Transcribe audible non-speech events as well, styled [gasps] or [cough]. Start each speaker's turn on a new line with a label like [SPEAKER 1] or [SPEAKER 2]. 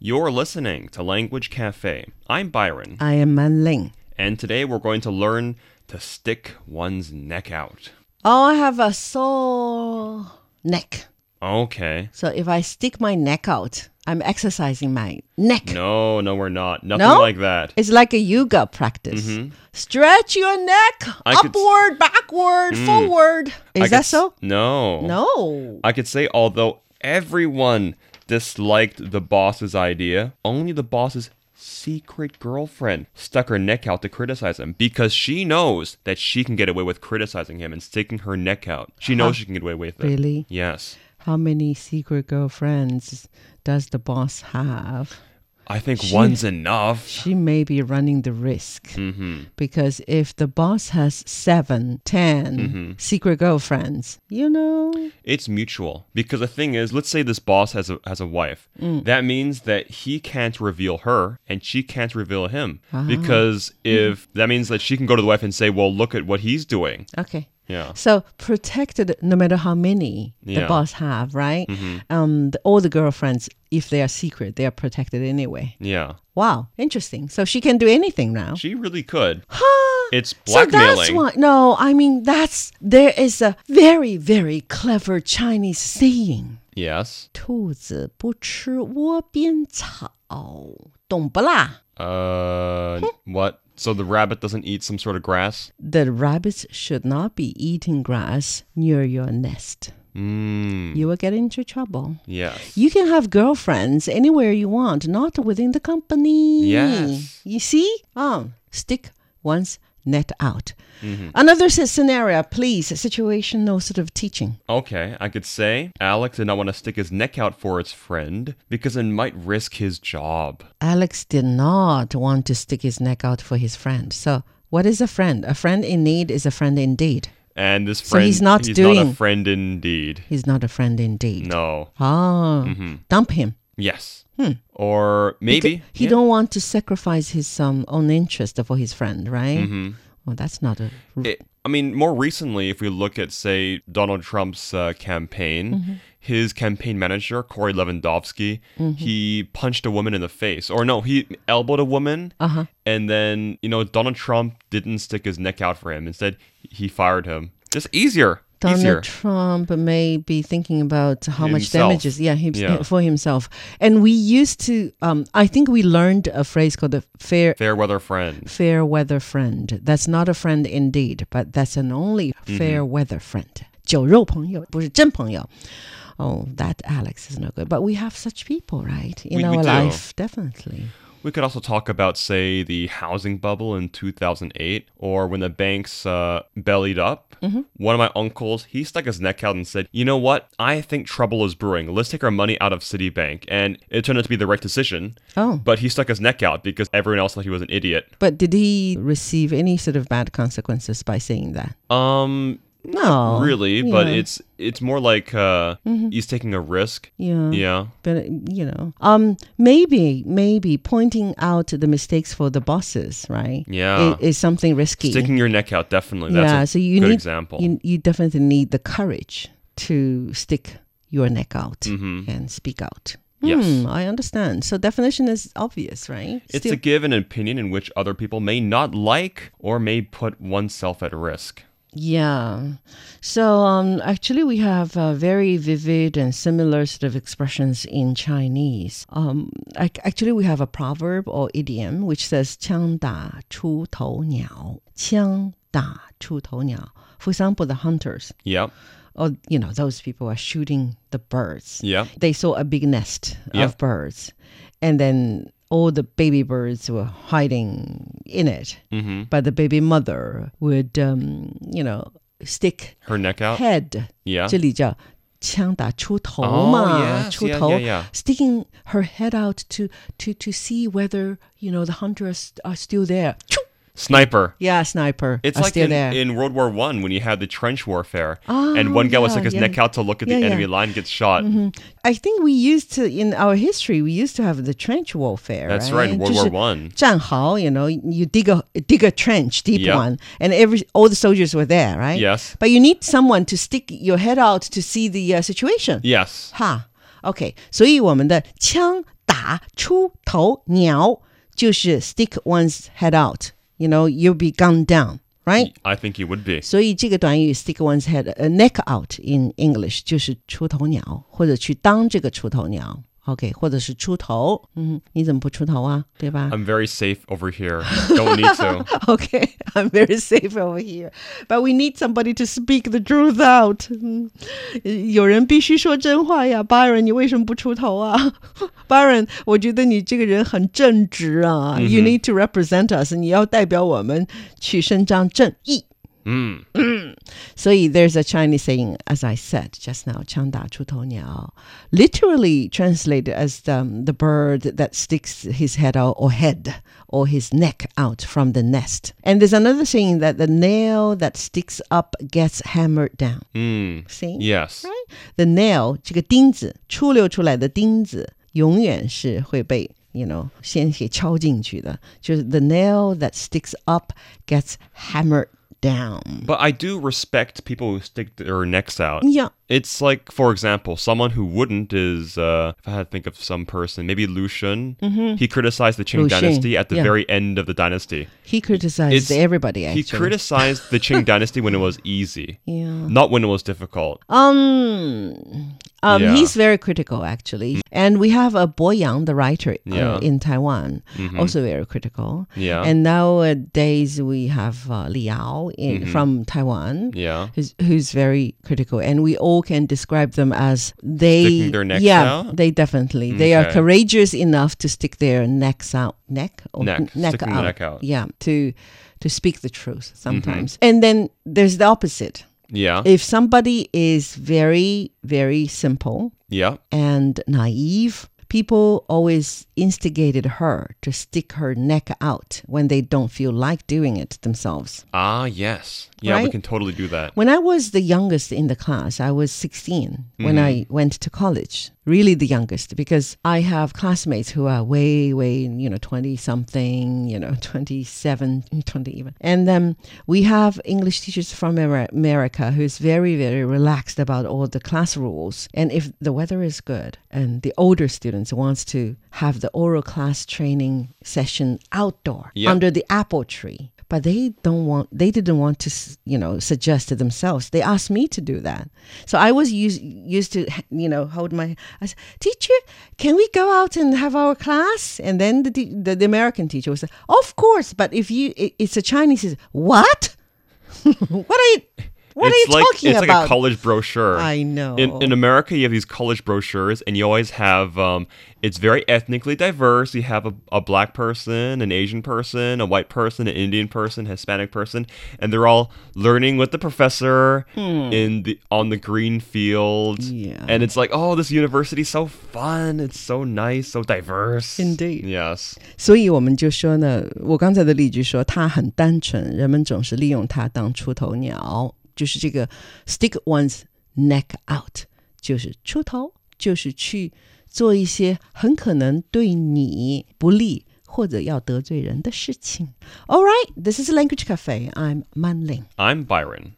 [SPEAKER 1] You're listening to Language Cafe. I'm Byron,
[SPEAKER 2] I am Man Ling.
[SPEAKER 1] and today we're going to learn to stick one's neck out.
[SPEAKER 2] Oh, I have a sore neck.
[SPEAKER 1] Okay.
[SPEAKER 2] So if I stick my neck out, I'm exercising my neck.
[SPEAKER 1] No, no, we're not. Nothing
[SPEAKER 2] No?
[SPEAKER 1] like that.
[SPEAKER 2] It's like a yoga practice. Stretch your neck
[SPEAKER 1] Mm-hmm. I could s-
[SPEAKER 2] upward, backward, forward. Is
[SPEAKER 1] I
[SPEAKER 2] that
[SPEAKER 1] could s- Oh.
[SPEAKER 2] so?
[SPEAKER 1] No.
[SPEAKER 2] No.
[SPEAKER 1] I could say, although everyone disliked the boss's idea, only the boss's secret girlfriend stuck her neck out to criticize him because she knows that she can get away with criticizing him and sticking her neck out. She knows she can get away with it.
[SPEAKER 2] Uh-huh. Really?
[SPEAKER 1] Yes.
[SPEAKER 2] How many secret girlfriends does the boss have?
[SPEAKER 1] I think one's enough.
[SPEAKER 2] She may be running the risk
[SPEAKER 1] Mm-hmm.
[SPEAKER 2] because if the boss has seven, ten
[SPEAKER 1] Mm-hmm.
[SPEAKER 2] secret girlfriends, you know,
[SPEAKER 1] It's mutual because the thing is, let's say this boss has a has a wife.
[SPEAKER 2] Mm.
[SPEAKER 1] That means that he can't reveal her and she can't reveal him
[SPEAKER 2] Ah.
[SPEAKER 1] because
[SPEAKER 2] Mm.
[SPEAKER 1] if that means that she can go to the wife and say, "Well, look at what he's doing."
[SPEAKER 2] okay.
[SPEAKER 1] Yeah.
[SPEAKER 2] So protected, no matter how many
[SPEAKER 1] Yeah. Mm-hmm.
[SPEAKER 2] the boss have, right? Um, the, all the girlfriends, if they are secret, they are protected anyway.
[SPEAKER 1] Yeah.
[SPEAKER 2] Wow, interesting. So she can do anything now.
[SPEAKER 1] She really
[SPEAKER 2] [gasps]
[SPEAKER 1] could.
[SPEAKER 2] Huh.
[SPEAKER 1] It's
[SPEAKER 2] So that's
[SPEAKER 1] blackmailing.
[SPEAKER 2] why. No, I mean that's there is a very very clever Chinese saying:
[SPEAKER 1] yes.
[SPEAKER 2] "兔子不吃窝边草，懂不啦？The
[SPEAKER 1] Uh
[SPEAKER 2] Hmm?
[SPEAKER 1] what? So the rabbit doesn't eat some sort of grass?
[SPEAKER 2] rabbits should not be eating grass near your nest.
[SPEAKER 1] Mm.
[SPEAKER 2] You will get into trouble."
[SPEAKER 1] Yes.
[SPEAKER 2] You can have girlfriends anywhere you want, not within the company.
[SPEAKER 1] Yes.
[SPEAKER 2] You see? Um, stick one's net out.
[SPEAKER 1] Mm-hmm.
[SPEAKER 2] Another s- scenario, please. Situational sort of teaching.
[SPEAKER 1] Okay, I could say Alex did not want to stick his neck out for his friend because it might risk his job.
[SPEAKER 2] Alex did not want to stick his neck out for his friend. So, what is a friend? A friend in need is a friend indeed.
[SPEAKER 1] And this friend
[SPEAKER 2] he's not
[SPEAKER 1] he's not a
[SPEAKER 2] doing-
[SPEAKER 1] friend indeed.
[SPEAKER 2] He's not a friend indeed.
[SPEAKER 1] No.
[SPEAKER 2] Ah, dump him.
[SPEAKER 1] Yes.
[SPEAKER 2] Hmm.
[SPEAKER 1] Or maybe
[SPEAKER 2] He
[SPEAKER 1] yeah.
[SPEAKER 2] don't want to sacrifice his um, own interest for his friend, right?
[SPEAKER 1] Mm-hmm.
[SPEAKER 2] Well, that's not a
[SPEAKER 1] It- I mean, more recently, if we look at, say, Donald Trump's uh, campaign,
[SPEAKER 2] Mm-hmm.
[SPEAKER 1] his campaign manager, Corey Lewandowski, he punched a woman in the face. Or no, he elbowed a woman. Uh-huh. And then, you know, Donald Trump didn't stick his neck out for him. Instead, he fired him. Just easier.
[SPEAKER 2] Donald
[SPEAKER 1] easier.
[SPEAKER 2] Trump may be thinking about how much
[SPEAKER 1] Himself.
[SPEAKER 2] damages, yeah, him,
[SPEAKER 1] Yeah.
[SPEAKER 2] [laughs] for himself. And we used to, um, I think we learned a phrase called a fair
[SPEAKER 1] Fair weather friend.
[SPEAKER 2] fair weather friend. That's not a friend indeed, but that's an only
[SPEAKER 1] Mm-hmm.
[SPEAKER 2] fair weather friend. 酒肉朋友不是真朋友。Oh, that Alex is no good. But we have such people, right? In
[SPEAKER 1] We- we
[SPEAKER 2] our
[SPEAKER 1] do.
[SPEAKER 2] life, definitely.
[SPEAKER 1] We could also talk about, say, the housing bubble in 2008 or when the banks uh, bellied up.
[SPEAKER 2] Mm-hmm.
[SPEAKER 1] One of my uncles, he stuck his neck out and said, You know what? I think trouble is brewing. Let's take our money out of Citibank. And it turned out to be the right decision.
[SPEAKER 2] Oh,
[SPEAKER 1] But he stuck his neck out because everyone else thought he was an idiot.
[SPEAKER 2] but did he receive any sort of bad consequences by saying that?
[SPEAKER 1] Um,
[SPEAKER 2] No.
[SPEAKER 1] really, but
[SPEAKER 2] Oh, yeah. Mm-hmm.
[SPEAKER 1] it's it's more like uh, he's taking a risk.
[SPEAKER 2] Yeah.
[SPEAKER 1] Yeah.
[SPEAKER 2] but you know um maybe maybe pointing out the mistakes for the bosses right
[SPEAKER 1] Yeah.
[SPEAKER 2] i- is, something risky
[SPEAKER 1] Sticking your neck out, definitely. That's
[SPEAKER 2] yeah
[SPEAKER 1] a
[SPEAKER 2] so you
[SPEAKER 1] good
[SPEAKER 2] need
[SPEAKER 1] example.
[SPEAKER 2] You, you definitely need the courage to stick your neck out and speak out
[SPEAKER 1] Mm-hmm. Yes.
[SPEAKER 2] Hmm, i understand so definition is obvious right
[SPEAKER 1] It's
[SPEAKER 2] Still-
[SPEAKER 1] to give an opinion in which other people may not like or may put oneself at risk.
[SPEAKER 2] Yeah. So um, actually, we have uh, very vivid and similar sort of expressions in Chinese. Um, ac- actually, we have a proverb or idiom which says, 枪打出头鸟.枪打出头鸟. For example, the hunters,
[SPEAKER 1] Yep.
[SPEAKER 2] or, you know, those people are shooting the birds.
[SPEAKER 1] Yep.
[SPEAKER 2] They saw a big nest
[SPEAKER 1] Yeah.
[SPEAKER 2] of birds, and then all the baby birds were hiding in it.
[SPEAKER 1] Mm-hmm.
[SPEAKER 2] But the baby mother would, um, you know, stick
[SPEAKER 1] Her neck out.
[SPEAKER 2] head.
[SPEAKER 1] Yeah. Oh,
[SPEAKER 2] 这里叫枪打出头嘛，
[SPEAKER 1] yes,
[SPEAKER 2] 出头
[SPEAKER 1] yeah, yeah, yeah.
[SPEAKER 2] Sticking her head out to to to see whether you know the hunters are still there. Choo!
[SPEAKER 1] Sniper.
[SPEAKER 2] Yeah, sniper.
[SPEAKER 1] It's
[SPEAKER 2] are
[SPEAKER 1] like in,
[SPEAKER 2] still there.
[SPEAKER 1] in World War One when you had the trench warfare,
[SPEAKER 2] Ah,
[SPEAKER 1] and one guy would
[SPEAKER 2] yeah,
[SPEAKER 1] stick his
[SPEAKER 2] yeah.
[SPEAKER 1] neck out to look at the
[SPEAKER 2] Yeah, Mm-hmm. yeah.
[SPEAKER 1] enemy line, gets shot.
[SPEAKER 2] I think we used to in our history we used to have the trench warfare.
[SPEAKER 1] That's right, World War One.
[SPEAKER 2] 战壕, you know, you dig a dig a trench, deep
[SPEAKER 1] Yeah.
[SPEAKER 2] one, and every all the soldiers were there, right?
[SPEAKER 1] Yes.
[SPEAKER 2] But you need someone to stick your head out to see the uh, situation.
[SPEAKER 1] Yes.
[SPEAKER 2] 哈，OK，所以我们的枪打出头鸟就是 stick one's head out. You know, you'll be gunned down, right?
[SPEAKER 1] I think he would be.
[SPEAKER 2] 所以这个短语 stick one's head 呃 neck out in English 就是出头鸟，或者去当这个出头鸟。OK，或者是出头，嗯，你怎么不出头啊？对吧
[SPEAKER 1] I'm very safe over
[SPEAKER 2] [laughs]
[SPEAKER 1] here. Don't need to.
[SPEAKER 2] Okay, I'm very safe over here, but we need somebody to speak the truth out. Mm. 嗯有人必须说真话呀，Byron，你为什么不出头啊？Byron，我觉得你这个人很正直啊。You need to represent us，你要代表我们去伸张正义。
[SPEAKER 1] Mm.
[SPEAKER 2] 所以 there's a Chinese saying, as I said just now, 枪打出头鸟, literally translated as um, the, the bird that sticks his head out or head or his neck out from the nest. And there's another saying that the nail that sticks up gets hammered down.
[SPEAKER 1] Mm.
[SPEAKER 2] See?
[SPEAKER 1] Yes.
[SPEAKER 2] Right? The nail 这个钉子出溜出来的钉子，永远是会被 you know 先给敲进去的，就是 the nail that sticks up gets hammered down.
[SPEAKER 1] But I do respect people who stick their necks out.
[SPEAKER 2] Yeah.
[SPEAKER 1] It's like, for example, someone who wouldn't is, uh, if I had to think of some person, maybe Lu Xun. He criticized the Qing
[SPEAKER 2] Mm-hmm. Lu Xun,
[SPEAKER 1] dynasty at the
[SPEAKER 2] yeah.
[SPEAKER 1] very end of the dynasty.
[SPEAKER 2] He
[SPEAKER 1] It's-
[SPEAKER 2] criticized everybody.
[SPEAKER 1] He
[SPEAKER 2] Actually.
[SPEAKER 1] criticized the Qing dynasty when it was easy,
[SPEAKER 2] Yeah.
[SPEAKER 1] not when it was difficult.
[SPEAKER 2] Um. Um,
[SPEAKER 1] Yeah.
[SPEAKER 2] He's very critical, actually. And we have a Bo Yang, the writer uh,
[SPEAKER 1] Yeah. Mm-hmm.
[SPEAKER 2] in Taiwan, also very critical.
[SPEAKER 1] Yeah.
[SPEAKER 2] And nowadays we have uh, Liao in,
[SPEAKER 1] Mm-hmm.
[SPEAKER 2] from Taiwan,
[SPEAKER 1] yeah.
[SPEAKER 2] who's, who's very critical. And we all can describe them as they.
[SPEAKER 1] Sticking their necks
[SPEAKER 2] yeah,
[SPEAKER 1] out?
[SPEAKER 2] they definitely. They are
[SPEAKER 1] Okay.
[SPEAKER 2] courageous enough to stick their necks out. Neck? Or
[SPEAKER 1] Neck.
[SPEAKER 2] n- Neck
[SPEAKER 1] Sticking the
[SPEAKER 2] out.
[SPEAKER 1] neck out. Mm-hmm.
[SPEAKER 2] Yeah, to, to speak the truth sometimes. And then there's the opposite
[SPEAKER 1] Yeah.
[SPEAKER 2] if somebody is very, very simple
[SPEAKER 1] Yeah.
[SPEAKER 2] and naive, people always instigated her to stick her neck out when they don't feel like doing it themselves.
[SPEAKER 1] Ah, yes. Yeah, we
[SPEAKER 2] Right?
[SPEAKER 1] can totally do that.
[SPEAKER 2] When I was the youngest in the class, I was 16 when I went to college. Really the youngest because I have classmates who are way way, you know, 20 something, you know, 27, 20 even. And then we have English teachers from Amer- America who's very very relaxed about all the class rules. And if the weather is good and the older students wants to have the oral class training session outdoor
[SPEAKER 1] Yeah.
[SPEAKER 2] under the apple tree but they don't want they didn't want to s- you know suggest to themselves they asked me to do that so i was used used to you know hold my i said teacher can we go out and have our class and then the te- the, the american teacher was like of course but if you it, it's a chinese he said, what [laughs] what are you what
[SPEAKER 1] it's
[SPEAKER 2] are you
[SPEAKER 1] like
[SPEAKER 2] talking
[SPEAKER 1] it's
[SPEAKER 2] about
[SPEAKER 1] like a college brochure.
[SPEAKER 2] I know.
[SPEAKER 1] In, in America, you have these college brochures, and you always have. Um, it's very ethnically diverse. You have a, a black person, an Asian person, a white person, an Indian person, Hispanic person, and they're all learning with the professor in the on the green field.
[SPEAKER 2] Hmm. Yeah.
[SPEAKER 1] And it's like, oh, this university's so fun. It's so nice, so diverse.
[SPEAKER 2] Indeed.
[SPEAKER 1] Yes.
[SPEAKER 2] 所以我们就说呢，我刚才的例句说他很单纯，人们总是利用他当出头鸟，就是这个 stick one's neck out，就是出头，就是去做一些很可能对你不利或者要得罪人的事情。All right, this is Language Cafe. I'm Man Ling.
[SPEAKER 1] I'm Byron.